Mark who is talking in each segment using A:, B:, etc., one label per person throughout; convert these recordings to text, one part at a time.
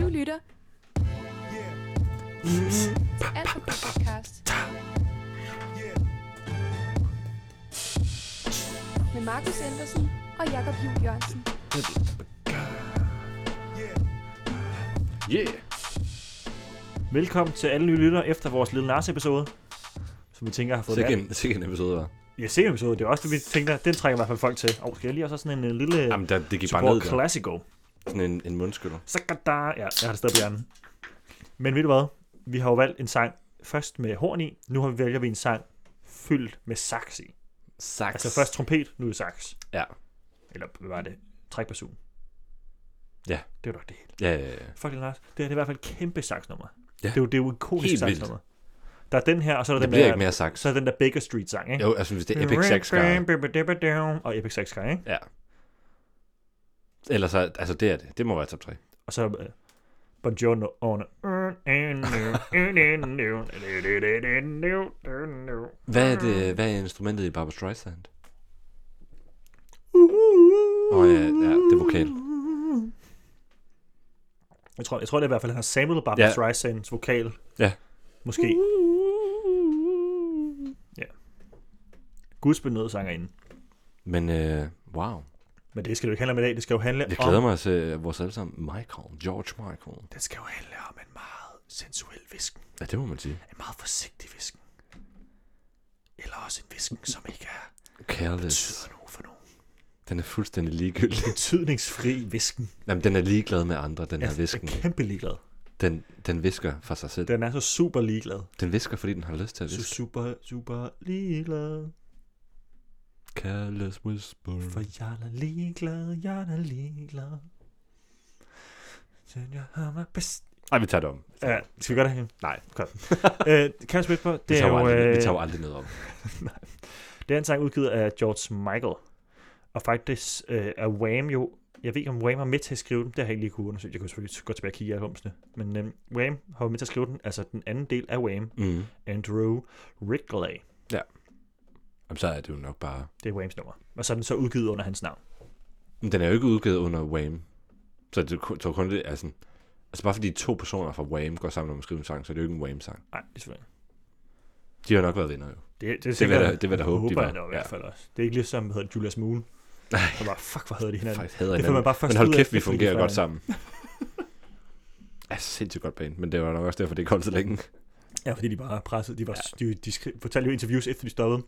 A: lytter. Alt for Kort podcast. Med Markus Andersen og Jakob Juhl Jørgensen.
B: Yeah!
C: Velkommen til alle nye lyttere efter vores Lille Nars-episode, som vi tænker har fået
B: Sikke
C: det.
B: en, sikke en episode, hva'?
C: Ja, sikke episode. Det er også det, vi tænker. Den trækker i hvert fald folk til. Og skal jeg lige også have sådan en, øh, lille
B: Jamen, der, det gik bare ned
C: Tuborg
B: der.
C: Classico?
B: Sådan en, en mundskyld.
C: Sakada. Ja, jeg har det stadig på hjernen. Men ved du hvad? Vi har jo valgt en sang først med horn i. Nu har vi vælger vi en sang fyldt med sax i.
B: Saks.
C: Altså først trompet, nu er det sax.
B: Ja.
C: Eller hvad var det? Trækbasun.
B: Ja.
C: Det var nok det hele.
B: Ja, ja, ja.
C: Fuck det, Lars. Det her det er i hvert fald et kæmpe saxnummer.
B: Ja.
C: Det er jo, det er jo et ikonisk
B: Helt vildt.
C: saxnummer. Der er den her, og så er der,
B: Det
C: den
B: bliver
C: der,
B: ikke mere saks.
C: så er der den der Baker Street sang, ikke?
B: Jo, altså hvis det er Epic Sax Guy.
C: Og Epic Sax Guy, ikke?
B: Ja. Eller så, altså det er det. Det må være top 3.
C: Og så... Uh, Buongiorno on...
B: Hvad er, det, hvad er instrumentet i Barbra Streisand? Åh oh, ja, ja, det er vokal.
C: Jeg tror, jeg tror det er i hvert fald, han har samlet Barbra
B: Ja.
C: Streisands vokal.
B: Ja.
C: Måske. Ja. Gudsbenød sangerinde.
B: Men øh, wow.
C: Men det skal det jo ikke handle om i dag. Det skal jo handle
B: Jeg
C: om...
B: glæder mig til øh, vores alle sammen. Michael, George Michael.
C: Det skal jo handle om en meget sensuel visken.
B: Ja, det må man sige.
C: En meget forsigtig visken. Eller også en visken, som ikke er
B: Careless.
C: betyder noget for nogen.
B: Den er fuldstændig ligegyldig.
C: Betydningsfri visken.
B: Jamen, den er ligeglad med andre, den her visken.
C: er kæmpe ligeglad.
B: Den, den visker for sig selv.
C: Den er så super ligeglad.
B: Den visker, fordi den har lyst til at
C: Så
B: viske.
C: super, super ligeglad.
B: Careless whisper.
C: For jeg er ligeglad, jeg er ligeglad. Så jeg har mig bedst.
B: Nej, vi tager det om.
C: Ja, skal vi gøre det her?
B: Nej.
C: Godt. øh, kan jeg spørge på?
B: Vi
C: Det er
B: tager, jo
C: jo
B: aldrig, vi
C: øh,
B: tager jo aldrig noget om.
C: det er en sang udgivet af George Michael. Og faktisk øh, er Wham jo... Jeg ved ikke, om Wham var med til at skrive den. Det har jeg ikke lige kunne undersøge. Jeg kunne selvfølgelig godt tilbage og kigge i albumsene. Men øh, Wham har været med til at skrive den. Altså den anden del af Wham.
B: Mm.
C: Andrew Wrigley.
B: Jamen, så er det jo nok bare...
C: Det er Whams nummer. Og så er den så udgivet under hans navn.
B: Men den er jo ikke udgivet under Wham. Så det er kun- kun det er sådan... Altså bare fordi to personer fra Wham går sammen om at skrive en sang, så er det jo ikke en Wham-sang.
C: Nej, det er selvfølgelig.
B: De har nok været venner jo.
C: Det, det,
B: Det vil jeg da- det vil jeg da håbe, de
C: håber
B: var.
C: jeg da i hvert
B: Ja.
C: fald også. Det er ikke lige som, hvad hedder det, Julius Moon.
B: Nej.
C: Så bare, fuck, hvor hedder de
B: Ja,
C: hinanden.
B: Faktisk hader
C: det får
B: hinanden.
C: man bare først
B: Men hold
C: ud af,
B: kæft, vi
C: efter de
B: fungerer
C: er
B: godt
C: færdige.
B: sammen. Ja, sindssygt godt band, men det var nok også derfor, det ikke holdt så længe.
C: Ja, fordi de bare er presset. De, var, de, de skri- fortalte jo i interviews, efter de stoppede,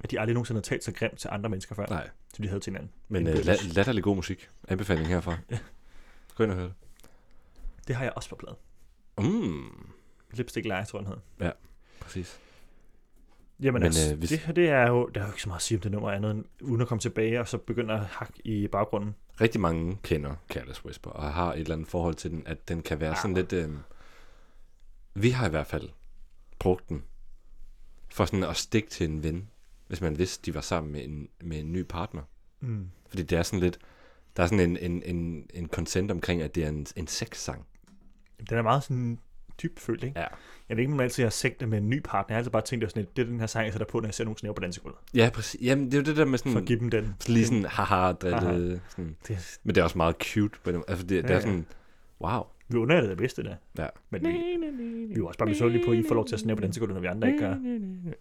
C: at de aldrig nogensinde havde talt så grimt til andre mennesker før,
B: Nej,
C: som de havde til hinanden.
B: men
C: En
B: øh,
C: bøs.
B: la- latterlig god musik. Anbefaling herfra. Gå ind og hør det.
C: Det har jeg også på plade.
B: Mm,
C: Lipstick Liar, tror jeg, den hedder.
B: præcis.
C: Jamen
B: Men,
C: Men, altså,
B: øh,
C: øh,
B: hvis-
C: det her, det er jo, der er jo ikke så meget at sige om det nummer andet, end uden at komme tilbage, og så begynder at hakke i baggrunden.
B: Rigtig mange kender Careless Whisper, og har et eller andet forhold til den, at den kan være sådan lidt... Øh, vi har i hvert fald brugt den for sådan at stikke til en ven, hvis man vidste, de var sammen med en, med en ny partner.
C: Mm.
B: Fordi det er sådan lidt... Der er sådan en, en, en, en consent omkring, at det er en, en sexsang.
C: Den er meget sådan dybfølt, ikke?
B: Ja.
C: Jeg ved ikke, om man altid har sænkt det med en ny partner. Jeg har altid bare tænkt, det var sådan, lidt, det er den her sang, jeg sætter på, når jeg ser nogle snæver på dansegulvet.
B: Ja, præcis. Jamen, det er jo det der med
C: For at
B: sådan...
C: give dem den.
B: Mm. Lige sådan, haha, drille,
C: Haha.
B: sådan.
C: Det,
B: Men det er også meget cute. På den, altså, det, ja, det
C: Ja,
B: er
C: ja.
B: sådan, wow.
C: vi under det bedste, der.
B: Ja.
C: Men vi, vi er jo også bare misundelige på, at I får lov til at snæve på dansegulvet, når vi andre ikke gør.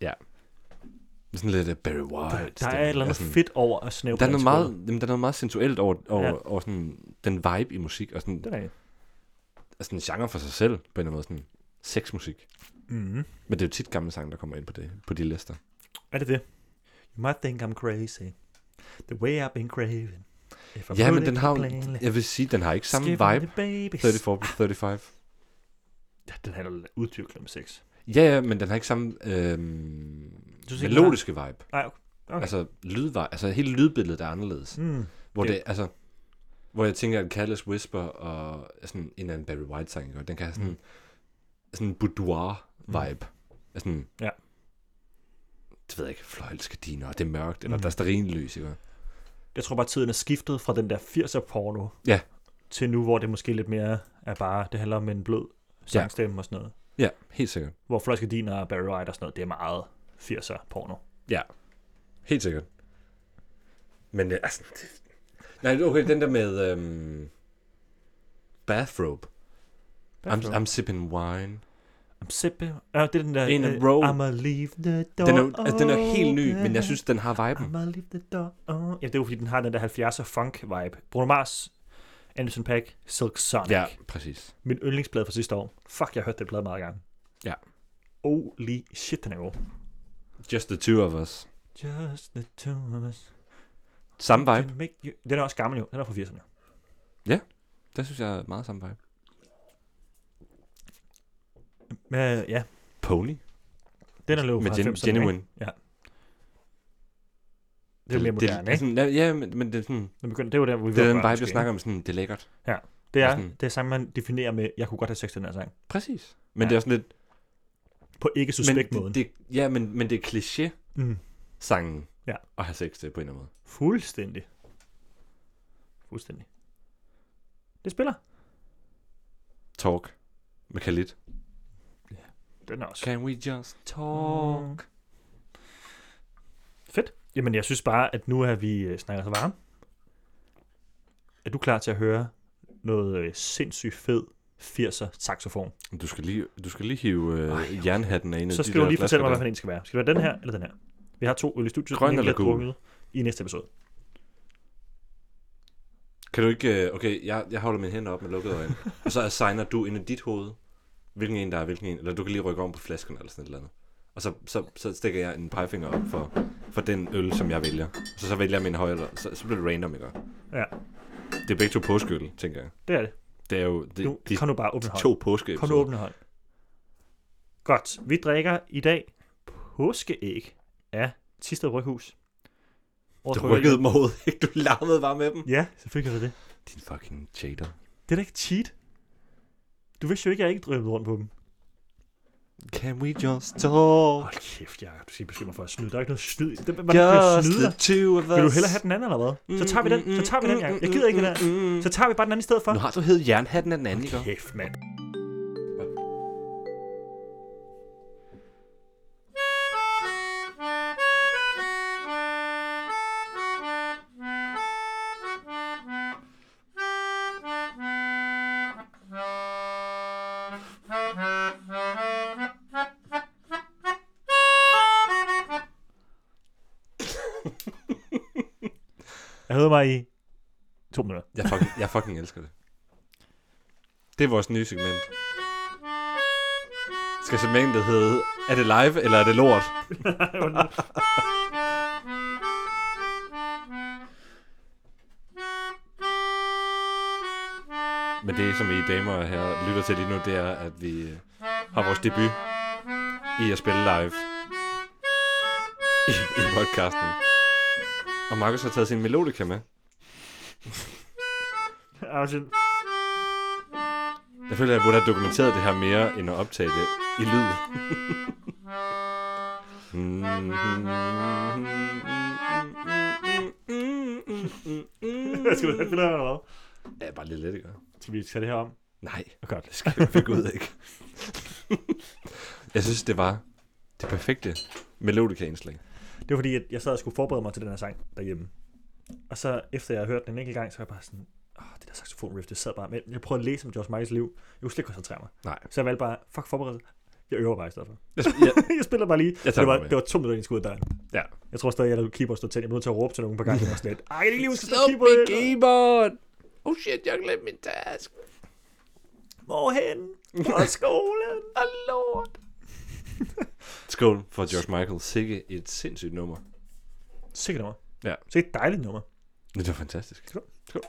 B: Ja. Sådan lidt øh, Barry White.
C: Der, der er
B: stemning.
C: et eller
B: Ja,
C: andet
B: sådan-
C: fedt over at snæve
B: altså- Der
C: på
B: er, noget
C: dansegulvet.
B: meget, jamen, der er noget meget sensuelt over, over,
C: Ja.
B: over sådan, den vibe i musik, og sådan,
C: Det er rigtigt.
B: altså en genre for sig selv, på en eller anden måde, sådan sexmusik.
C: Mm-hmm.
B: Men det er jo tit gamle sange, der kommer ind på, det, på de lister.
C: Er det det? You might think I'm crazy. The way I've been craving. If I
B: Ja,
C: put
B: men
C: it
B: den har jo,
C: plainly,
B: jeg vil sige, den har ikke samme
C: give me
B: vibe,
C: the babies.
B: 34 på 35.
C: Ja, Den handler uddyrkende om sex.
B: Ja, ja, men den har ikke samme øh,
C: synes ikke, den har-
B: melodiske vibe.
C: Nej, okay.
B: Okay. Altså, lydvej, altså hele lydbilledet er anderledes. Mm.
C: Mm.
B: Hvor
C: det-
B: det, altså, hvor jeg tænker, at Careless Whisper og sådan en eller anden Barry White sang, ikke? den kan have sådan, mm. sådan en boudoir vibe. Mm. Sådan,
C: Ja.
B: det ved jeg ikke, fløjelsgardiner, og det er mørkt, eller mm. der er sterinlys, ikke?
C: Jeg tror bare, tiden er skiftet fra den der 80'er porno.
B: Ja.
C: Til nu, hvor det måske lidt mere er bare, det handler om en blød sangstemme og sådan noget.
B: Ja, helt sikkert.
C: Hvor Floskadiner og Barry White og sådan noget, det er meget 80'er porno.
B: Ja, helt sikkert. Men øh, altså, det... Nej, okay, den der med øhm, bathrobe, I'm, I'm sipping wine.
C: I'm sipping. Ja, det er den der...
B: In a
C: øh,
B: row.
C: I'ma leave the door
B: Den er, jo- altså, den er helt ny,
C: open.
B: men jeg synes, den har viben.
C: I'ma leave the door open. Ja, det er jo fordi, den har den der 70'er funk-vibe. Bruno Mars, Anderson Paak, Silk Sonic.
B: Ja, præcis.
C: Min yndlingsplade fra sidste år. Fuck, jeg hørte den plade meget gange.
B: Ja.
C: Holy shit, den er god.
B: Just the two of us.
C: Just the two of us.
B: Samme vibe.
C: Can make you- Den er også gammel jo. Den er fra 80'erne.
B: Der synes jeg er meget samme vibe.
C: Men øh, ja,
B: Pony.
C: den er løbet
B: Med
C: fra
B: gen-
C: 90'erne. ikke?
B: Genuine.
C: Det er mere moderne, ikke?
B: Sådan, ja, men, men det er sådan,
C: Den begynder, det er jo der, hvor vi
B: det er
C: var
B: den vibe,
C: børn,
B: jeg
C: måske.
B: snakker om. Sådan, det er lækkert.
C: Det er,
B: Og sådan-
C: det er samme, man definerer med, jeg kunne godt have sex til den her sang.
B: Præcis. Men ja.
C: Ja.
B: det er også lidt...
C: På ikke suspekt
B: men,
C: måde.
B: det, det, ja, men, men det er kliché-sangen
C: Mm. Ja.
B: at have sex til på en eller anden måde.
C: Fuldstændig. Fuldstændig. Det spiller.
B: Talk med Khalid.
C: Den er også.
B: Can we just talk?
C: Mm. Fedt. Jamen, jeg synes bare, at nu er vi øh, snakket så varme. Er du klar til at høre noget øh, sindssygt fed 80'er saxofon?
B: Du skal lige, du skal lige hive øh,
C: Ej,
B: Ej, jernhatten af en af
C: Så
B: de
C: skal du
B: der
C: lige
B: flasker
C: fortælle mig,
B: der.
C: hvad for en skal være. Skal det være den her eller den her? Vi har to øl i studiet,
B: Grøn
C: den ene
B: eller
C: bliver
B: gul?
C: drukket i næste episode.
B: Kan du ikke... øh, Okay, jeg, jeg holder mine hænder op med lukkede øjne. og så assigner du ind i dit hoved, hvilken en der er hvilken en. Eller du kan lige rykke om på flasken eller sådan et eller andet. Og så, så, så stikker jeg en pegefinger op for, for den øl, som jeg vælger. Så så vælger jeg min højre, eller- så, så bliver det random, ikke?
C: Ja.
B: Det er begge to påskeøl, tænker jeg.
C: Det er det.
B: Det er jo det,
C: Nu,
B: de
C: kom nu bare åbne hånd.
B: to påske
C: Kom nu åbne hånd. Godt. Vi drikker i dag påskeæg af Tisted Bryghus. Årets
B: Du
C: bryggeri.
B: rykkede mig ud, ikke? Du larmede bare med dem.
C: Ja, selvfølgelig gør jeg det.
B: Din fucking cheater.
C: Det er da ikke cheat. Du vidste jo ikke, at jeg ikke drømte rundt på dem.
B: Can we just talk?
C: Hold kæft, Jacob. Du skal beskylde mig for at snyde. Der er ikke noget snyd. i- Det, man kan
B: Just
C: snyde
B: the
C: dig.
B: two of us. Mm,
C: Vil du hellere have den anden eller hvad? Så tager vi den. Så tager vi den, Jacob. Jeg gider ikke det der. Så tager vi bare den anden i stedet for.
B: Nu har du hed jernhatten af den anden, ikke?
C: Kæft, mand. Jeg hedder mig i to minutter.
B: Jeg fucking, jeg fucking elsker det. Det er vores nye segment. Skal segmentet hedde, er det live, eller er det lort? Men det, som I damer og herrer lytter til lige nu, det er, at vi øh, har vores debut i at spille live i, i podcasten. Og Markus har taget sin melodika med.
C: Afsnit.
B: Jeg føler, jeg burde have dokumenteret det her mere, end at optage det i lyd.
C: Skal du have det der, eller hvad?
B: ja, bare lidt let, ikke?
C: Skal vi tage det her om?
B: Nej,
C: Godt.
B: det skal vi ud, ikke? jeg synes, det var det perfekte melodika-indslag.
C: Det var fordi, at jeg sad og skulle forberede mig til den her sang derhjemme. Og så efter jeg havde hørt den en enkelt gang, så var jeg bare sådan, åh, det der saxofon riff, det sad bare med. Jeg prøvede at læse om George Michaels liv. Jeg kunne slet ikke koncentrere mig.
B: Nej.
C: Så jeg valgte bare, fuck forberedelse. Jeg øver bare i stedet for.
B: Jeg, jeg,
C: jeg spiller bare lige.
B: Jeg tager
C: det, var,
B: mig med.
C: det var to minutter, inden jeg skulle ud af døren.
B: Ja.
C: Jeg tror stadig, at jeg lavede keyboard stå tændt. Jeg blev nødt til at råbe til nogen på gang. Jeg var sådan lidt, ej, det er ikke lige, vi skal slå
D: Slå
C: keyboard
D: mit
C: ind.
D: keyboard! Oh shit, jeg glemte min task.
C: Hvorhen? Fra skolen.
D: Og lort.
B: skål for George Michael. Sikke et sindssygt nummer.
C: Sikkert nummer.
B: Ja.
C: Sikkert et dejligt nummer.
B: Det var fantastisk.
C: Skål.
B: Skål.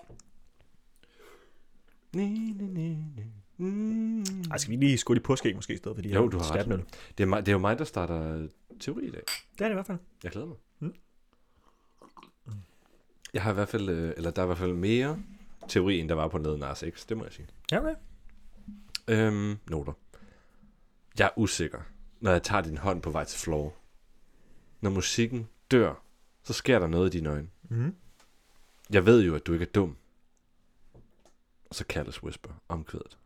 B: Ni, ni, ni, ni. Mm.
C: Ej, skal vi lige skåle i påske måske i stedet? Fordi
B: Jo,
C: jeg-
B: du har ret.
C: Stabnøl.
B: Det er, mig, det er jo mig, der starter øh, teori i dag.
C: Det er det i hvert fald.
B: Jeg glæder mig.
C: Mm.
B: Jeg har i hvert fald, øh, eller der er i hvert fald mere teori, end der var på neden Ars X, det må jeg sige.
C: Ja, okay.
B: Øhm, noter. Jeg er usikker, når jeg tager din hånd på vej til floor. Når musikken dør, så sker der noget i dine øjne.
C: Mm.
B: Jeg ved jo, at du ikke er dum. Og så kaldes Whisper omkvædet.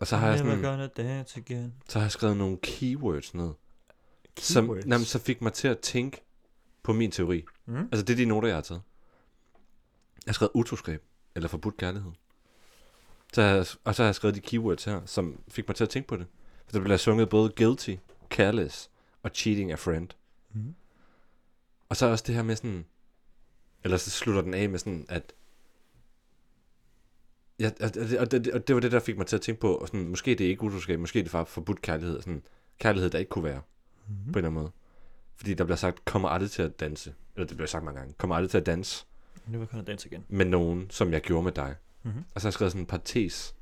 B: Og så har jeg sådan...
C: Never gonna dance again.
B: så har jeg skrevet nogle keywords ned. Som,
C: Keywords?
B: jamen, så fik mig til at tænke på min teori.
C: Mm.
B: Altså, det er de noter, jeg har taget. Jeg har skrevet utroskab, eller forbudt kærlighed. Så har jeg, og så har jeg skrevet de keywords her, som fik mig til at tænke på det. For der bliver sunget både guilty, careless og cheating a friend.
C: Mhm.
B: Og så er også det her med sådan... Eller så slutter den af med sådan, at... Ja, og, det, og, det, og det var det, der fik mig til at tænke på, og sådan, måske det er ikke utroskab, måske det er bare forbudt kærlighed. og Sådan, kærlighed, der ikke kunne være, mm-hmm. på en eller anden måde. Fordi der bliver sagt, kommer aldrig til at danse. Eller det bliver sagt mange gange. Kommer aldrig til at danse
C: Nu vil jeg kunne danse igen.
B: med nogen, som jeg gjorde med dig.
C: Mhm.
B: Mm-hmm. Og så har jeg skrevet sådan en parentes,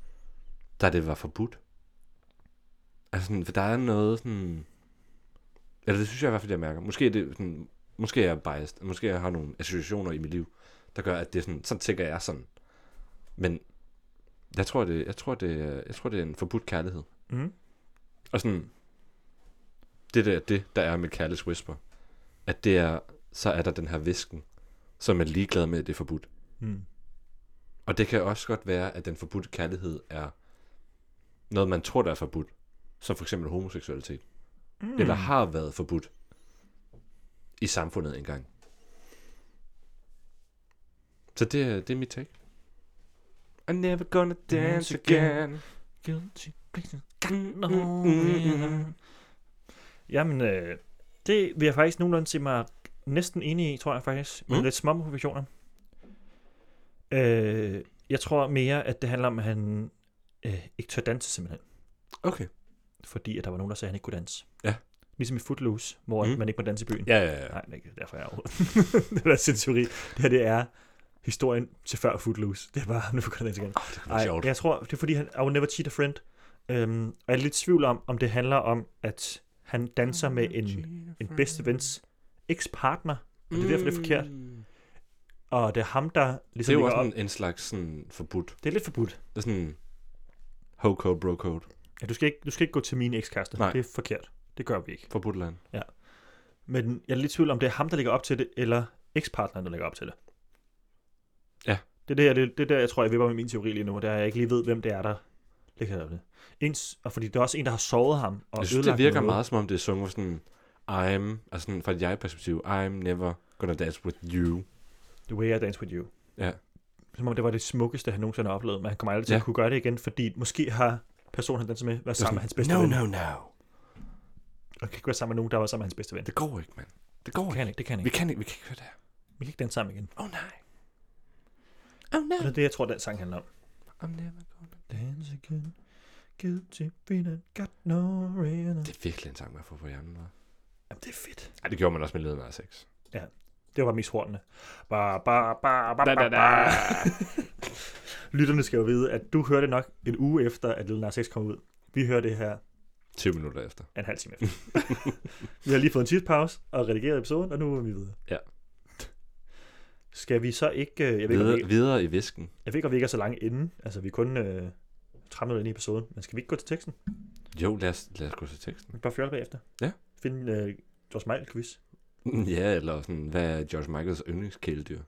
B: der det var forbudt. Altså sådan, for der er noget sådan... Eller det synes jeg i hvert fald, jeg mærker. Måske er, det sådan, måske er jeg biased. Måske jeg har nogle associationer i mit liv, der gør, at det er sådan, sådan tænker jeg er sådan. Men jeg tror, det, jeg, tror, det, er- jeg tror, det er en forbudt kærlighed.
C: Mhm.
B: Og sådan, det der, det, der er med Careless Whisper, at det er, så er der den her visken, som er ligeglad med, at det er forbudt.
C: Mm.
B: Og det kan også godt være, at den forbudte kærlighed er noget, man tror, der er forbudt. Som for eksempel homoseksualitet.
C: Mm-hmm.
B: Mm. Eller har været forbudt i samfundet engang. Så det, er- det er mit take. I'm never gonna dance again.
C: Guilty pleasure.
B: Mm,
C: No,
B: mm, mm, mm.
C: Jamen, øh, det vil jeg faktisk nogenlunde se mig næsten enig i, tror jeg faktisk. Med
B: Mm.
C: lidt små motivationer. Øh, jeg tror mere, at det handler om, at han øh, ikke tør danse simpelthen.
B: Okay.
C: Fordi at der var nogen, der sagde, at han ikke kunne danse.
B: Ja.
C: Ligesom i Footloose, hvor mm.
B: Mm.
C: man ikke må danse i byen.
B: Ja, ja, ja.
C: Nej, det er ikke derfor, jeg er over. det er sin teori. Det her, det er historien til før Footloose. Det er bare, nu kan jeg det igen.
B: Ej,
C: Nej, jeg tror, det er fordi, han I will never cheat a friend. Øhm, og jeg er lidt i tvivl om, om det handler om, at han danser med en, en bedste vens eks-partner, og det er derfor, det er forkert. Og det er ham, der
B: Det er
C: ligesom
B: jo
C: ligger
B: også
C: op.
B: en, en slags sådan, forbudt.
C: Det er lidt forbudt.
B: Det er sådan ho-code, bro-code.
C: Ja, du, skal ikke, du skal ikke gå til min ekskæreste.
B: Nej.
C: Det er forkert. Det gør vi ikke.
B: Forbudt land.
C: Men jeg er lidt i tvivl om, det er ham, der ligger op til det, eller ekspartneren, der ligger op til det.
B: Ja.
C: Det er der, det, det er der jeg tror, jeg vipper med min teori lige nu, der jeg ikke lige ved, hvem det er, der ligger op til det. Ens, og fordi der er også en, der har såret ham. Og
B: Jeg synes, det
C: ødelagt
B: virker
C: noget.
B: meget, som om det er sunget sådan, I'm, altså sådan fra et jeg-perspektiv, I'm never gonna dance with you.
C: The way I dance with you.
B: Ja.
C: Som om det var det smukkeste, han nogensinde har oplevet, men han kommer aldrig til ja.
B: Ja.
C: at kunne gøre det igen, fordi måske har personen, han danser med, været sammen med hans bedste
B: no,
C: ven.
B: no, no.
C: Og kan ikke være sammen med nogen, der var sammen med hans bedste ven. Det
B: Det går ikke, mand. Det går
C: kan
B: ikke.
C: han ikke, det kan han
B: Vi
C: ikke.
B: kan ikke, vi kan ikke høre det her.
C: Vi kan ikke danse sammen igen.
B: Oh, nej. Oh, no.
C: Og det er det, jeg tror, den sang handler om.
B: I'm never gonna...
C: Dance again. Guilty, feeling, got no reason.
B: Det er virkelig en sang, man får på hjernen, hva'?
C: Jamen, det er fedt.
B: Ej, det gjorde man også med leden af sex.
C: Det var mest hornene. Ba, ba, ba, ba,
B: Da,
C: ba,
B: da, da.
C: ba. Lytterne skal jo vide, at du hørte nok en uge efter, at Lil Nas X kom ud. Vi hører det her
B: 20 minutter efter.
C: en halv time efter. vi har lige fået en tidspause og redigeret episoden, og nu er vi videre.
B: Ja.
C: Skal vi så ikke... øh, Jeg ved, ikke, om
B: Videre,
C: vi,
B: videre i visken.
C: jeg ved ikke, om vi ikke er så langt inde. Altså, vi er kun øh, 30 minutter inde i episoden. Men skal vi ikke gå til teksten?
B: Jo, lad os, lad os gå til teksten.
C: Vi kan bare fjolle bagefter.
B: Ja.
C: Finde øh, George Michael quiz.
B: Ja, eller sådan, hvad er George Michaels yndlingskæledyr?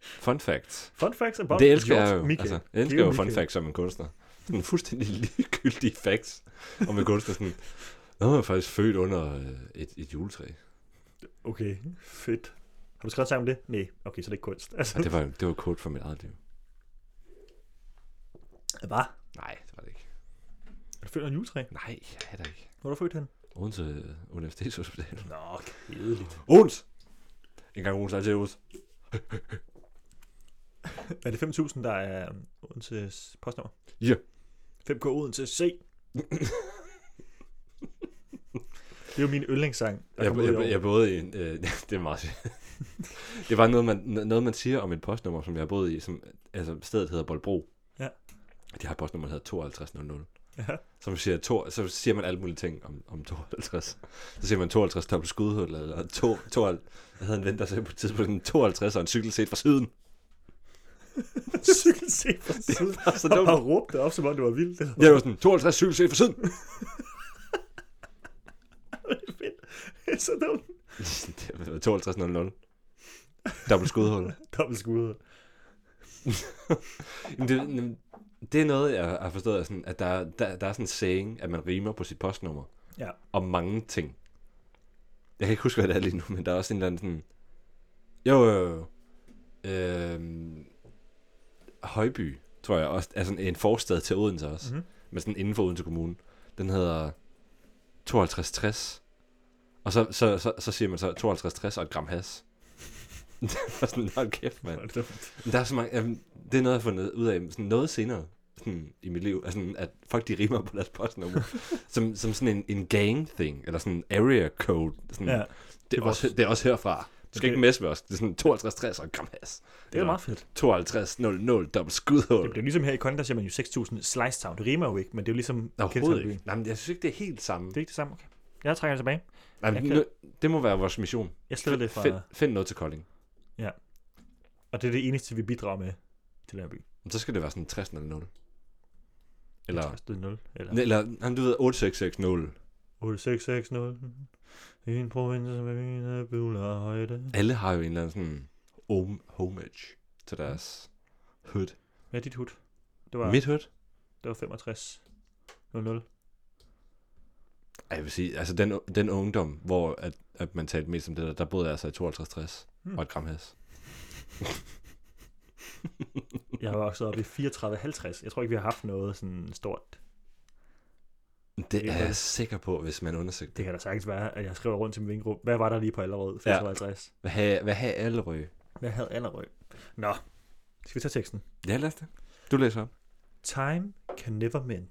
B: Fun facts.
C: Fun facts about
B: det elsker
C: George
B: jeg jo.
C: Michael.
B: Altså, jeg elsker
C: Leo
B: jo fun
C: Michael.
B: facts om en kunstner. Sådan fuldstændig ligegyldige facts om en kunstner. Sådan, Nå, jeg er faktisk født under øh, et, et juletræ.
C: Okay, fedt. Har du skrevet en sang om det? Nej, okay, så det er ikke kunst. Altså,
B: Og det var, det var kort for mit eget liv.
C: Hvad?
B: Nej, det var det ikke.
C: Er du født under en juletræ?
B: Nej, jeg er der ikke.
C: Hvor er du født hen?
B: Odense øh, Universitetshospital.
C: Nå, kedeligt.
B: Odens! En gang Odens, altid Odens.
C: Er det 5.000, der er øhm, Odenses postnummer?
B: Ja.
C: 5K Odense C. det er jo min yndlingssang, der
B: Jeg,
C: kom ud i år.
B: jeg, jeg boede i en, øh, det er meget Det var noget man, noget, man siger om et postnummer, som jeg har boet i. Som, altså, stedet hedder Boldbro.
C: Ja.
B: De har et postnummer, der hedder 5200.
C: Ja.
B: Som siger, to, så siger man alle mulige ting om, om 52. Så siger man 52 dobbelt skudhul, eller to, to, jeg havde en ven, der sagde på et tidspunkt, en 52 og en cykel set fra siden.
C: Cykel C på siden.
B: Så
C: Og
B: dumt.
C: bare råbte det op, som om det var vildt. Det
B: Ja, det var sådan, 52 cykel set fra siden.
C: var fedt. Det er så dumt.
B: Det var 5200. Dobbelt skudhul.
C: Dobbelt skud.
B: Jamen, det, jamen, det er noget, jeg har forstået, at, sådan, at der, er- der, der er sådan en saying, at man rimer på sit postnummer
C: Ja.
B: om mange ting. Jeg kan ikke huske, hvad det er lige nu, men der er også en eller anden sådan... Jo, jo, jo. Øhm, Højby, tror jeg, også, er sådan en forstad til Odense også.
C: Mhm.
B: Mm-hmm. Men sådan inden for Odense Kommune. Den hedder 5260. Og så, så, så, så siger man så 5260 og et gram has. det var sådan, hold kæft, mand.
C: Hvor er det dumt.
B: Men Der er så mange, jamen, det er noget, jeg har fundet ud af sådan noget senere sådan, i mit liv, altså, at folk de rimer på deres postnummer, som, som sådan en, en gang-thing, eller sådan en area code. Sådan,
C: Ja,
B: ja, det, er
C: vores-
B: også, det er også herfra. Du skal
C: Det-
B: ikke messe med os. Det er sådan 52 60 og gram has.
C: det er meget fedt.
B: 52 00 dobbelt
C: Det, det
B: skudhul.
C: er ligesom her i Kondi, der siger man jo 6.000 slice town. Det rimer jo ikke, men det er jo ligesom
B: Overhovedet
C: Kelsey-byen.
B: ikke. Nej, men jeg synes ikke, det er helt samme.
C: Det er ikke det samme, okay. Jeg trækker det tilbage.
B: Nej,
C: jeg
B: men
C: kan-
B: nu, det må være vores mission.
C: Jeg sletter det fra,
B: Find, find noget til Kolding.
C: og det er det eneste, vi bidrager med til den her by.
B: Men så skal det være sådan 60 00. Eller,
C: 50, det er 0, eller
B: eller jamen, du ved, 8660.
C: 8660. En provins med øh, mine buler højde.
B: alle har jo en eller anden sådan home, homage til deres hood.
C: Hvad er dit hud? Det var,
B: Wow. Mit hood?
C: det var 65. 00.
B: Ej, jeg vil sige, altså den, den ungdom, hvor at, at man talte mest om det der, der boede jeg altså i 52
C: Hmm.
B: hmm. og et gram has.
C: Jeg har vokset op i 3450. Jeg tror ikke, vi har haft noget sådan stort.
B: Det er
C: Ja.
B: jeg sikker på, hvis man undersøgte
C: Det
B: det.
C: kan da sagtens være, at jeg skriver rundt til min vingruppe. Hvad var der lige på Allerød? 54.
B: Hvad har, hvad har alle røg?
C: Hvad havde Allerød? Nå, skal vi tage teksten?
B: Ja, lad os det. Du læser op.
C: Time can never mend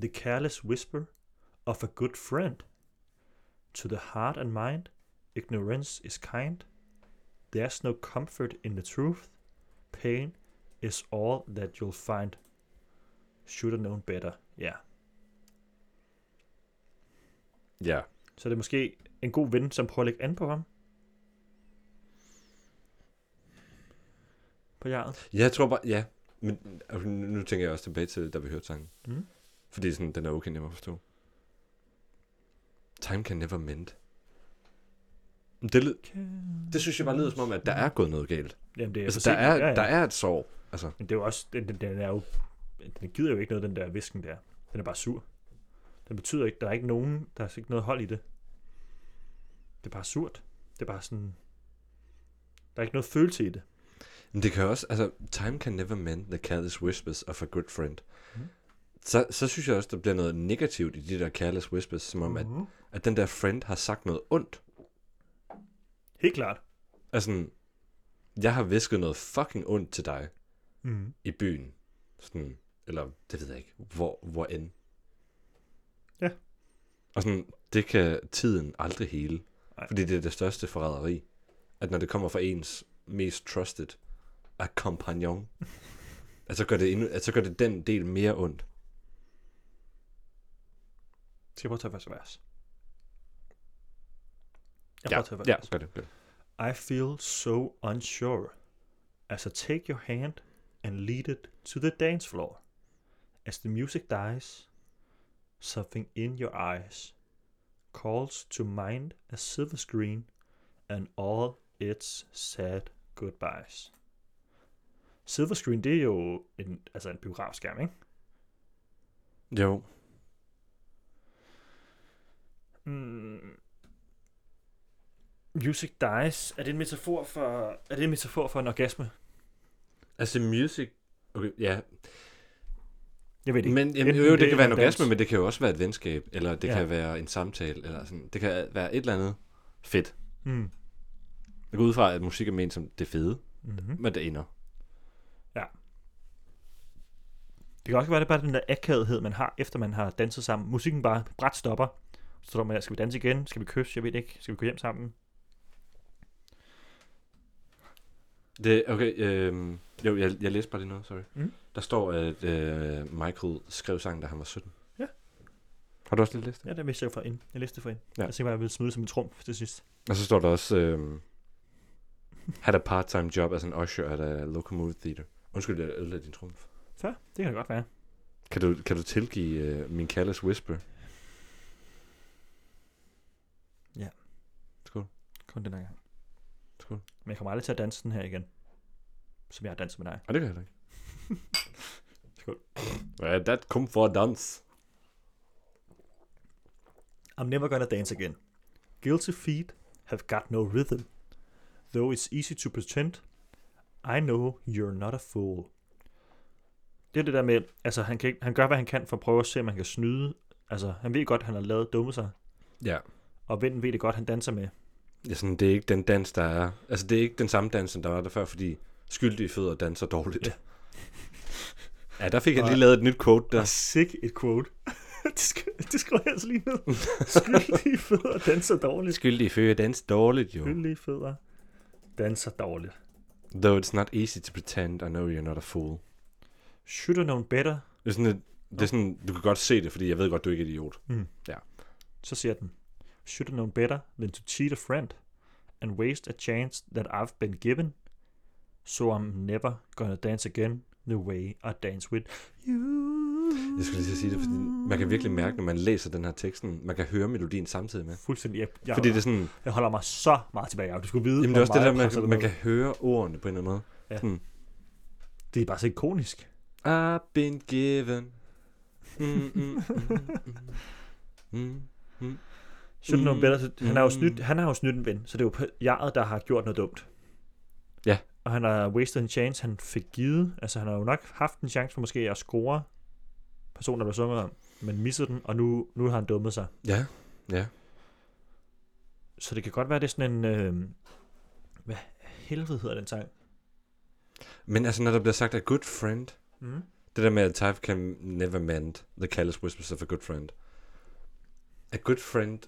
C: the careless whisper of a good friend. To the heart and mind, ignorance is kind. There's no comfort in the truth. Pain is all that you'll find. Should have known better. Ja. Yeah.
B: Ja.
C: Så det er måske en god ven, som prøver at lægge an på ham. På jaret.
B: Jeg tror bare, ja. Men altså, nu nu tænker jeg også tilbage til, da vi hørte sangen.
C: Mm.
B: Fordi sådan, den er okay nem at forstå. Time can never mend. Det, lyd, det synes jeg bare lyder som om, at der er gået noget galt.
C: Jamen, det er
B: Altså,
C: for
B: der
C: sent.
B: er, der er et sår. Altså,
C: Men det er jo også, den, den, den er jo, den gider jo ikke noget, den der visken der. Den er bare sur. Den betyder ikke, der er ikke nogen, der er ikke noget hold i det. Det er bare surt. Det er bare sådan, der er ikke noget følelse i det.
B: men det kan også, altså, time can never mend the careless whispers of a good friend.
C: Mhm.
B: Så, så synes jeg også, der bliver noget negativt i de der careless whispers, som om, at,
C: Mhm.
B: at den der friend har sagt noget ondt.
C: Helt klart.
B: Altså, jeg har visket noget fucking ondt til dig
C: Mm.
B: i byen. Sådan, eller det ved jeg ikke, hvor, hvor end.
C: Ja.
B: Og sådan, det kan tiden aldrig hele.
C: Nej.
B: Nej. Fordi det er det største forræderi. At når det kommer fra ens mest trusted accompagnon, at så gør det, endnu, at så gør det den del mere ondt.
C: Skal jeg prøve at tage første vers? Jeg prøver at tage første
B: ja,
C: vers.
B: gør det. Gør det.
C: I feel so unsure as I take your hand and lead it to the dance floor. As the music dies, something in your eyes calls to mind a silver screen and all its sad goodbyes. Silver screen, det er jo en, altså en biografskærm, ikke?
B: Jo,
C: Mm. Music dies. Er det en metafor for, er det en metafor for en orgasme?
B: altså music... Okay, ja,
C: Jeg ved det ikke.
B: men jamen,
C: Enten
B: jo, det,
C: det
B: det kan være en
C: eller dans.
B: orgasme, men det kan jo også være et venskab, eller det
C: Ja.
B: ja. kan være en samtale, eller sådan. Det kan være et eller andet fedt.
C: Mm.
B: Jeg går ud fra, at musik er ment som det fede,
C: Mm-hmm.
B: men det ender.
C: Det kan også være, det er bare den der akavethed, man har, efter man har danset sammen. Musikken bare bræt stopper. Så står man der, skal vi danse igen? Skal vi kysse? Jeg ved ikke. Skal vi gå hjem sammen?
B: Det, okay, øh, jo, jeg, jeg læste bare lige noget, sorry.
C: Mm.
B: Mm. Der står, at øh, Michael skrev sangen, da han var 17.
C: Ja.
B: Har du også lidt læst det?
C: Ja, det vidste jeg jo fra ind. Jeg læste det fra ind. Ja.
B: Ja.
C: Jeg tænkte bare, jeg ville smide det som en trumf til sidst.
B: Og så står der også, øh, had a part-time job as an usher at a local movie theater. Undskyld, jeg ødelagde din trumf.
C: Så, det kan det godt være.
B: Kan du, kan du tilgive øh, min Callas Whisper?
C: Ja.
B: Skål.
C: Kun den her gang.
B: Skål.
C: Men jeg kommer aldrig til at danse den her igen. Som jeg har danset med dig.
B: Og det kan jeg heller ikke.
C: Skål.
B: Ja, that kom for at danse.
C: I'm never gonna dance again. Guilty feet have got no rhythm. Though it's easy to pretend, I know you're not a fool. det er det der med, altså han, kan ikke, han gør, hvad han kan for at prøve at se, om han kan snyde. Altså, han ved godt, han har lavet dumme sig,
B: Ja.
C: og vinden ved det godt, han danser med.
B: ja sådan, det er ikke den dans, der er... Altså, det er ikke den samme dans, som der var der før, fordi skyldige fødder danser dårligt. Ja, ja der fik jeg lige lavet et nyt quote der.
C: Sick et quote. det, skal, det skriver jeg altså lige ned. Skyldige fødder danser dårligt.
B: Skyldige fødder danser dårligt, jo.
C: Skyldige fødder danser dårligt.
B: Though it's not easy to pretend, I know you're not a fool.
C: Should have known better,
B: Det er sådan, et, det er sådan du kan godt se det, fordi jeg ved godt, du ikke er idiot.
C: så siger den. Should have known better than to cheat a friend and waste a chance that I've been given. So I'm never gonna dance again the way I dance with you.
B: Jeg skulle lige til at sige det, fordi man kan virkelig mærke, når man læser den her teksten, man kan høre melodien samtidig med.
C: Fuldstændig. Jeg, jeg,
B: Fordi det er sådan,
C: jeg holder mig så meget tilbage. Jacob. Du skulle vide,
B: jamen det er også
C: hvor
B: det
C: meget
B: der,
C: jeg presser
B: man,
C: dig
B: man
C: med.
B: kan høre ordene på en eller anden måde.
C: Det er bare så ikonisk.
B: I've been given. Mm, mm, mm, mm, mm.
C: Should mm. know
B: Mm.
C: better. Så Han, er jo
B: Mm.
C: snydt, han har jo snydt en ven, så det er jo på- jeget, der har gjort noget dumt.
B: Ja.
C: Og han har wasted en chance, han fik givet. Altså, han har jo nok haft en chance for måske at score personen, der blev sunget om, men missede den, og nu, nu har han dummet sig.
B: Ja, ja.
C: Så det kan godt være, det er sådan en... Øh, hvad helvede hedder den sang?
B: Men altså, når der bliver sagt, a good friend,
C: Mm.
B: det der med, at type can never mend the callous whispers of a good friend. A good friend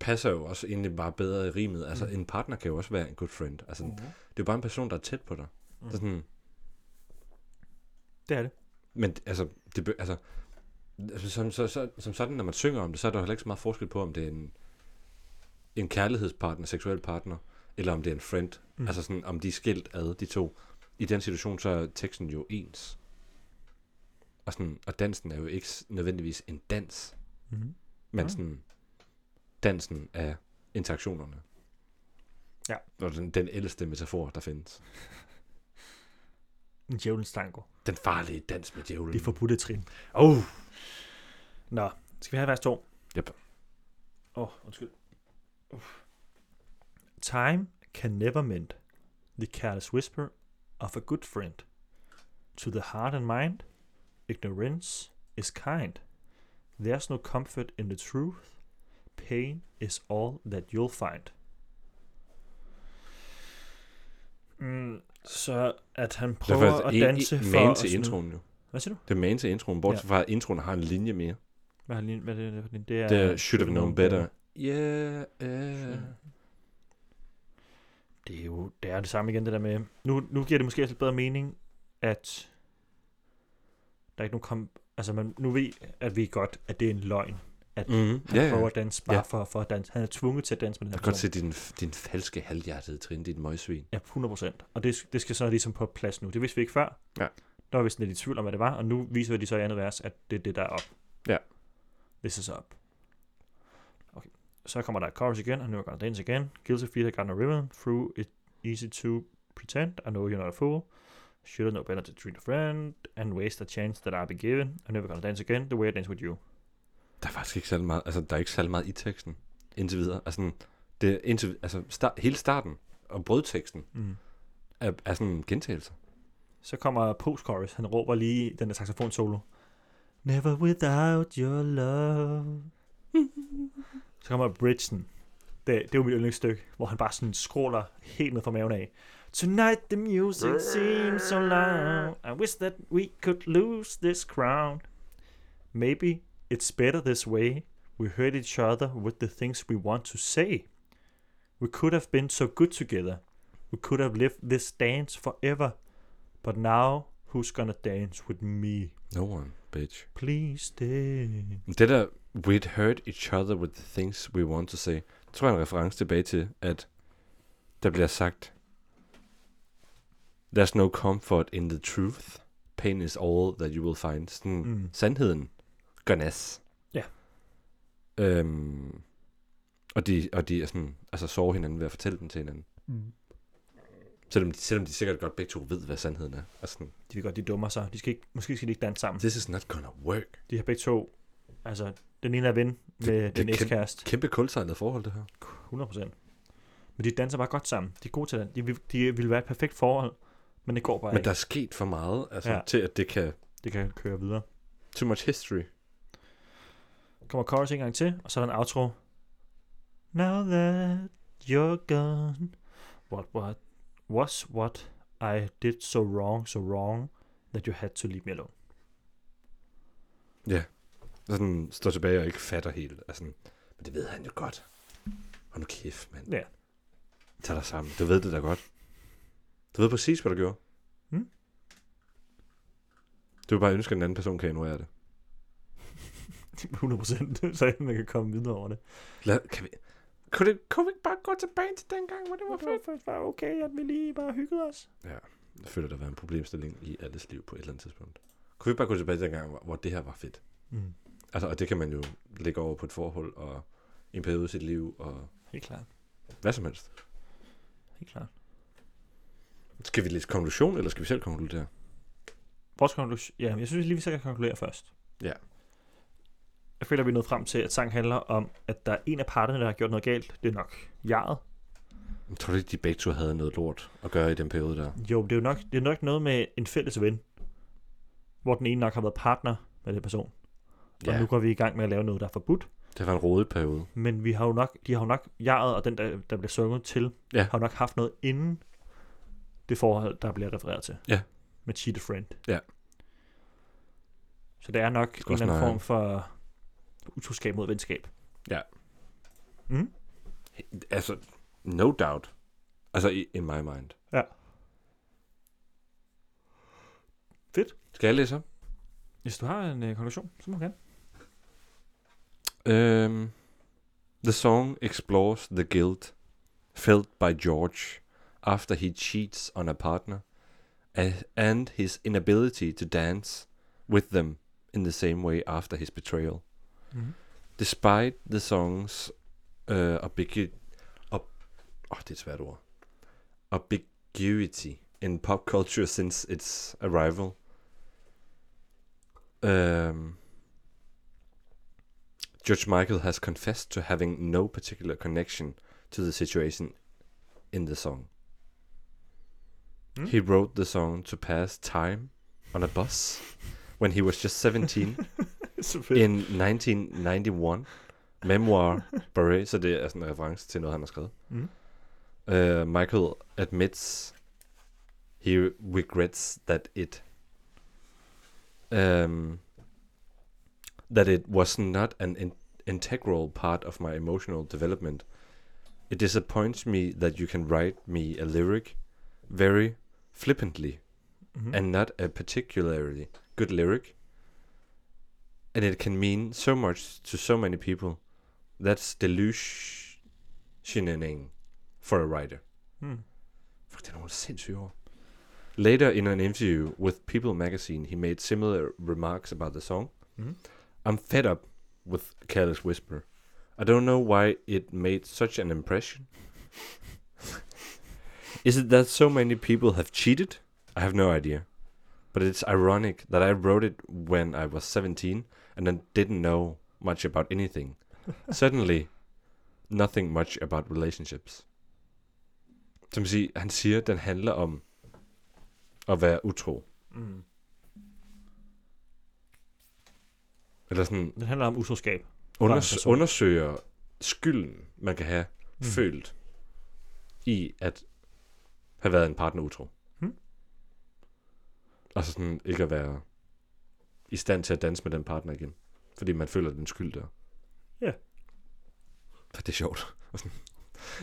B: passer jo også egentlig bare bedre i rimet. Altså,
C: Mm.
B: mm. en partner kan jo også være en good friend. Altså, mm. det
C: Mm.
B: er jo bare en person, der er tæt på dig. Mm. Så sådan,
C: Det er det.
B: Men altså, det, be- altså altså, som, så, så, som sådan, når man synger om det, så er der jo heller ikke så meget forskel på, om det er en, en kærlighedspartner, seksuel partner, eller om det er en friend.
C: Mm.
B: Mm. Altså sådan, om de er skilt ad, de to. I den situation, så er teksten jo ens. Og, sådan, og dansen er jo ikke s- nødvendigvis en dans,
C: Mm.
B: men
C: Mm.
B: mm. sådan dansen af interaktionerne.
C: Ja.
B: Og den, den ældste metafor, der findes.
C: En djævelens tango.
B: Den farlige dans med djævlen.
C: Det forbudte trin. Uh.
B: oh,
C: Nå, skal vi have vers 2?
B: Yep.
C: Åh, oh, undskyld. Uff. Time can never mend the careless whisper of a good friend. To the heart and mind, ignorance is kind. There's no comfort in the truth. Pain is all that you'll find. Mm, så at han
B: det er
C: prøver at
B: faktisk en,
C: danse
B: en,
C: for
B: magen
C: at
B: til
C: snyde-
B: introen jo.
C: Hvad siger du?
B: Det er main til introen, bortset fra, at introen har en linje mere.
C: Hvad, er lige- hvad er det, hvad er det, det er?
B: Ja, det er, should have known better. Yeah, yeah.
C: det er jo det, er det samme igen, det der med... Nu, nu giver det måske også lidt bedre mening, at der er ikke nogen kom... Altså, man, nu ved at vi godt, at det er en løgn.
B: Mm-hmm.
C: Han
B: Ja,
C: yeah,
B: ja.
C: prøver at danse bare
B: Ja.
C: yeah. for, for at danse. Han er tvunget til at danse med den
B: Jeg
C: her
B: kan godt
C: person.
B: se din, din falske halvhjertede trin, dit møgsvin.
C: Ja, 100 procent. Og det, det skal så ligesom på plads nu. Det vidste vi ikke før.
B: Ja.
C: Der var vi sådan lidt i tvivl om, hvad det var, og nu viser de så i andet vers, at det er det, der er op.
B: Ja.
C: This is up. Okay. Så kommer der chorus igen, og nu er der dance igen. Guilty feet, I got no rhythm. Through it easy to pretend. I know you're not a fool. Should have known better to treat a friend. And waste a chance that I'll be given. I'm never gonna dance again. The way I dance with you.
B: Der er faktisk ikke særlig meget, altså der er ikke særlig meget i teksten, indtil videre. Altså, sådan, det, er indtil, altså start, hele starten og brødteksten
C: Mm.
B: er, er sådan gentagelser.
C: Så kommer post-chorus. Han råber lige den der saxofon solo. Never without your love. Så kommer bridgen. Det, det er jo mit yndlingsstykke, hvor han bare sådan skråler helt ned fra maven af. Tonight the music seems so loud. I wish that we could lose this crown. Maybe it's better this way. We hurt each other with the things we want to say. We could have been so good together. We could have lived this dance forever. But now, who's gonna dance with me?
B: No one, bitch.
C: Please stay.
B: Men Det der, we'd hurt each other with the things we want to say, tror jeg er en reference tilbage til, at der bliver sagt, There's no comfort in the truth. Pain is all that you will find. Sådan,
C: Mm.
B: mm. Sandheden gør nas.
C: Ja.
B: Øhm, og de, og de er sådan, altså sover hinanden ved at fortælle dem til hinanden.
C: Mm.
B: Selvom de, selvom de sikkert godt begge to ved, hvad sandheden er. Altså sådan,
C: De ved godt, de dummer sig. De skal ikke, måske skal de ikke danse sammen.
B: this is not gonna work.
C: De har begge to, altså, den ene er ven med det,
B: det
C: den
B: er kæmpe-
C: ekskæreste.
B: Kæmpe kulsejlet forhold, det her.
C: 100%. Men de danser bare godt sammen. De er gode til det. De, vil- de ville være et perfekt forhold. Men det går bare
B: Men
C: ikke.
B: der er sket for meget, altså,
C: Ja.
B: ja. til at det kan...
C: Det kan køre videre.
B: Too much history.
C: Kommer chorus en gang til, og så er der en outro. Now that you're gone, what what was what I did so wrong, so wrong, that you had to leave me alone.
B: Og sådan står tilbage og ikke fatter helt. Altså, men det ved han jo godt. Og nu kæft, mand.
C: Ja.
B: Tag dig sammen. Du ved det da godt. Du ved præcis, hvad du gjorde. Hmm?
C: Mm.
B: Du vil bare ønske, at den anden person kan ignorere det.
C: 100%, så man kan komme videre over det.
B: Lad, kan vi... Kunne, det, kunne vi ikke bare gå tilbage til dengang, hvor det var
C: Det
B: fedt?
C: var faktisk bare okay, at vi lige bare hyggede os.
B: Jeg føler, der har været en problemstilling i alles liv på et eller andet tidspunkt. Kunne vi ikke bare gå tilbage til dengang, hvor, hvor det her var fedt?
C: Mm.
B: Altså, og det kan man jo lægge over på et forhold og en periode i sit liv og
C: Helt klart.
B: hvad som helst.
C: Helt klart.
B: Skal vi læse konklusion, eller skal vi selv konkludere?
C: Vores konklusion... Ja, jeg synes lige, vi så kan konkludere først.
B: Ja.
C: Jeg føler, vi er nået frem til, at sang handler om, at der er en af parterne, der har gjort noget galt. Det er nok jaret.
B: Jeg tror du ikke, de begge to havde noget lort at gøre i den periode der.
C: Jo, det er jo nok, det er nok noget med en fælles ven, hvor den ene nok har været partner med den person. Og
B: Ja,
C: nu går vi i gang med at lave noget, der er forbudt.
B: det var en rodet periode.
C: Men vi har jo nok, de har jo nok, jaret og den, der, der bliver sunget til,
B: Ja.
C: har jo nok haft noget inden det forhold, der bliver refereret til.
B: Ja.
C: Med cheat a friend.
B: Ja.
C: Så det er nok
B: Skal
C: en
B: også
C: eller anden
B: snart-
C: form for utroskab mod venskab.
B: Altså, no doubt. Altså, i- in my mind.
C: Ja. Fedt.
B: Skal jeg læse op?
C: Hvis du har en øh, konklusion, så må du gerne.
B: Um, the song explores the guilt felt by George after he cheats on a partner a- and his inability to dance with them in the same way after his betrayal.
C: Mm-hmm.
B: Despite the song's uh, ambigu- ob- oh, det er et svært ord. ambiguity in pop culture since its arrival. Um, Judge Michael has confessed to having no particular connection to the situation in the song.
C: Hmm?
B: He wrote the song to pass time on a bus when he was just 17
C: så fedt.
B: in 1991 memoir Beret, så det er sådan en reference til noget, han har skrevet.
C: Mm.
B: Uh, Michael admits he regrets that it um, that it was not an in- integral part of my emotional development. It disappoints me that you can write me a lyric very flippantly
C: Mm-hmm.
B: and not a particularly good lyric. And it can mean so much to so many people. That's delusioning for a writer.
C: Mm.
B: Fuck, det er nogle sindssyge ord. Later in an interview with People magazine, he made similar remarks about the song.
C: Mhm.
B: I'm fed up with Careless Whisper. I don't know why it made such an impression. Is it that so many people have cheated? I have no idea. But it's ironic that I wrote it when I was 17 and then didn't know much about anything. Suddenly, nothing much about relationships. Som siger, han siger, den handler om at være utro.
C: Mm.
B: Eller sådan
C: Det handler om utroskab.
B: unders-
C: person.
B: undersøger skylden, man kan have mm. følt i at have været en partner utro.
C: Mm.
B: Altså sådan ikke at være i stand til at danse med den partner igen. Fordi man føler den skyld der.
C: Ja.
B: Det er sjovt. Og sådan,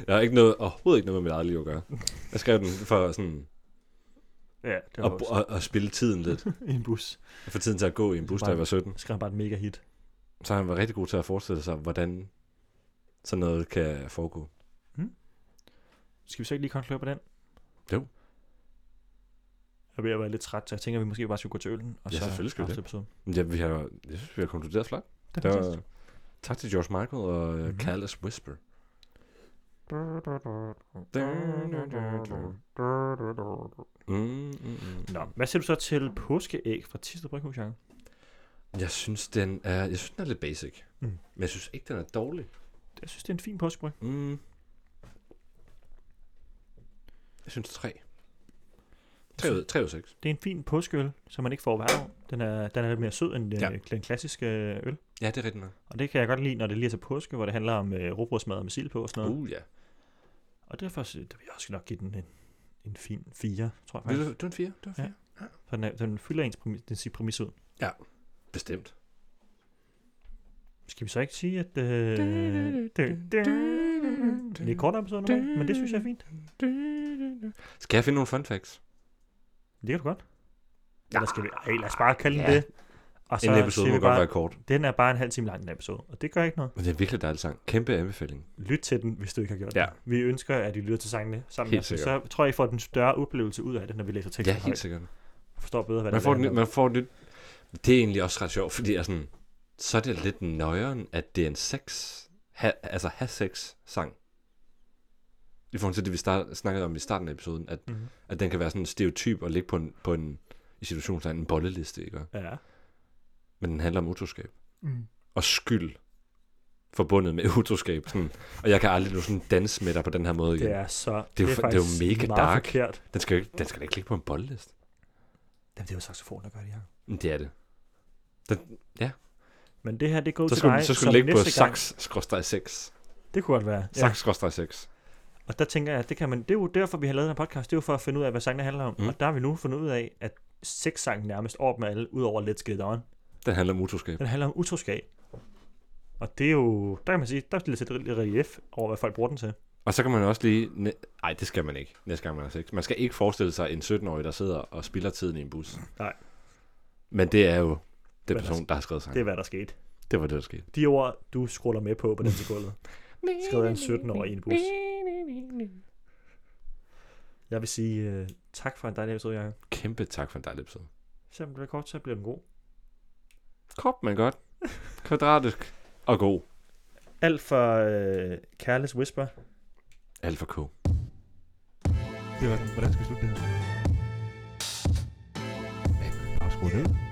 B: Jeg har ikke noget, overhovedet ikke noget med mit eget liv at gøre. Jeg skrev den for sådan
C: Ja, det var
B: at,
C: også
B: at, at spille tiden lidt.
C: i en bus.
B: For tiden til at gå i en bus, da jeg var 17.
C: Jeg skrev bare et mega hit.
B: Så han var rigtig god til at forestille sig, hvordan sådan noget kan foregå.
C: Skal vi så ikke lige konkludere på den?
B: Jo.
C: Jeg er ved at være lidt træt, så jeg tænker, at vi måske bare skal gå til øllen. Og
B: Ja,
C: så
B: selvfølgelig skal vi det.
C: afslutte episoden.
B: Men Ja, vi har, jeg synes, vi har konkluderet flot.
C: Det
B: Det
C: er
B: var, tak til George Michael og
C: Mhm.
B: mm-hmm. Careless Whisper. Mm, mm, mm.
C: Nå, hvad siger du så til påskeæg fra Tisted Bryghus, Jacob?
B: Jeg synes, den er, jeg synes, den er lidt basic.
C: Mm.
B: Mm. Men jeg synes ikke, den er dårlig.
C: Jeg synes, det er en fin påskebryg.
B: Mm. Jeg synes tre. 3 ud, 3 ud 6.
C: Det er en fin påskeøl, som man ikke får hver år. Den er, den er lidt mere sød end ja.
B: Ja.
C: den klassiske øh, øl.
B: Ja, det er rigtigt nok.
C: Og det kan jeg godt lide, når det lige er til påske, hvor det handler om øh, råbrødsmad med sild på og sådan noget. Uh.
B: Uh, ja.
C: Og derfor så- det vil jeg også nok give den en, en fin fire, tror jeg
B: Vil du,
C: faktisk.
B: du er en 4? Du er en
C: Ja.
B: 4? Ja.
C: For den, er, den fylder ens præmis, den siger præmis ud.
B: Bestemt.
C: Skal vi så ikke sige, at... Øh, det, det er lidt kort episode normalt, men det synes jeg er fint.
B: Skal jeg finde nogle fun facts?
C: Det kan du godt. Eller skal vi... Ej, lad os bare kalde den det. Og
B: Så en episode
C: siger
B: må
C: vi
B: godt
C: bare,
B: være kort.
C: den er bare en halv time lang, den episode. Og det gør ikke noget.
B: Men det er en virkelig dejlig sang. Kæmpe anbefaling.
C: lyt til den, hvis du ikke har gjort
B: Ja.
C: det. Vi ønsker, at I lytter til sangene sammen
B: Helt
C: med os. Så tror jeg, I får den større oplevelse ud af det, når vi læser teksten
B: Ja, helt
C: højt.
B: sikkert.
C: forstår bedre, hvad
B: Man
C: det
B: får,
C: er.
B: den, man får lidt... Det er egentlig også ret sjovt, fordi jeg er sådan, så er det lidt nøjeren, at det er en sex, ha, altså have sex sang. I forhold til det, vi start, snakkede om i starten af episoden, at,
C: Mhm.
B: mm-hmm. at den kan være sådan en stereotyp og ligge på en, på en i situationstegn, en bolleliste, ikke?
C: Ja.
B: Men den handler om utroskab.
C: Mm.
B: og skyld forbundet med utroskab. Sådan. Og jeg kan aldrig nu sådan danse med dig på den her måde igen.
C: Det er så...
B: jo fa- det er jo
C: faktisk
B: mega
C: meget
B: dark.
C: Forkert.
B: Den, skal jo ikke, den skal da ikke ligge på en boldlist.
C: Jamen, det er jo saxofon, der gør det her.
B: Men det er det.
C: Men det her, det går
B: Så
C: til
B: skulle,
C: dig,
B: den- så skulle den
C: som
B: ligge på
C: næste gang-
B: sax-6.
C: Det kunne godt være. Ja.
B: Sax-6.
C: Og der tænker jeg, at det, kan man, det er jo derfor, vi har lavet den her podcast. Det er jo for at finde ud af, hvad sangene handler om. Mm.
B: Mm.
C: Og der har vi nu fundet ud af, at seks sange nærmest over med alle, udover Let's Get It On.
B: Den handler om utroskab.
C: Den handler om utroskab. Og det er jo, der kan man sige, der er lidt lidt relief over, hvad folk bruger den til.
B: Og så kan man også lige... Nej, Ej, det skal man ikke, næste gang man har sex. Man skal ikke forestille sig en 17-årig, der sidder og spilder tiden i en bus.
C: Nej.
B: Men det er jo den
C: Men altså,
B: person, der har skrevet
C: Det
B: sangen.
C: er, hvad der skete.
B: Det var det, der skete.
C: De ord, du scroller med på på den sekund, skrevet af en 17-årig i en bus. Jeg vil sige uh, tak for en dejlig episode, Jacob.
B: Kæmpe tak for en dejlig episode.
C: Selvom det bliver kort, så bliver den god.
B: Kort, men godt. Kvadratisk og god.
C: Alt for uh, Careless Whisper.
B: Alfa K.
C: Det var den. Hvordan skal vi slutte det her?
B: Afskru ned.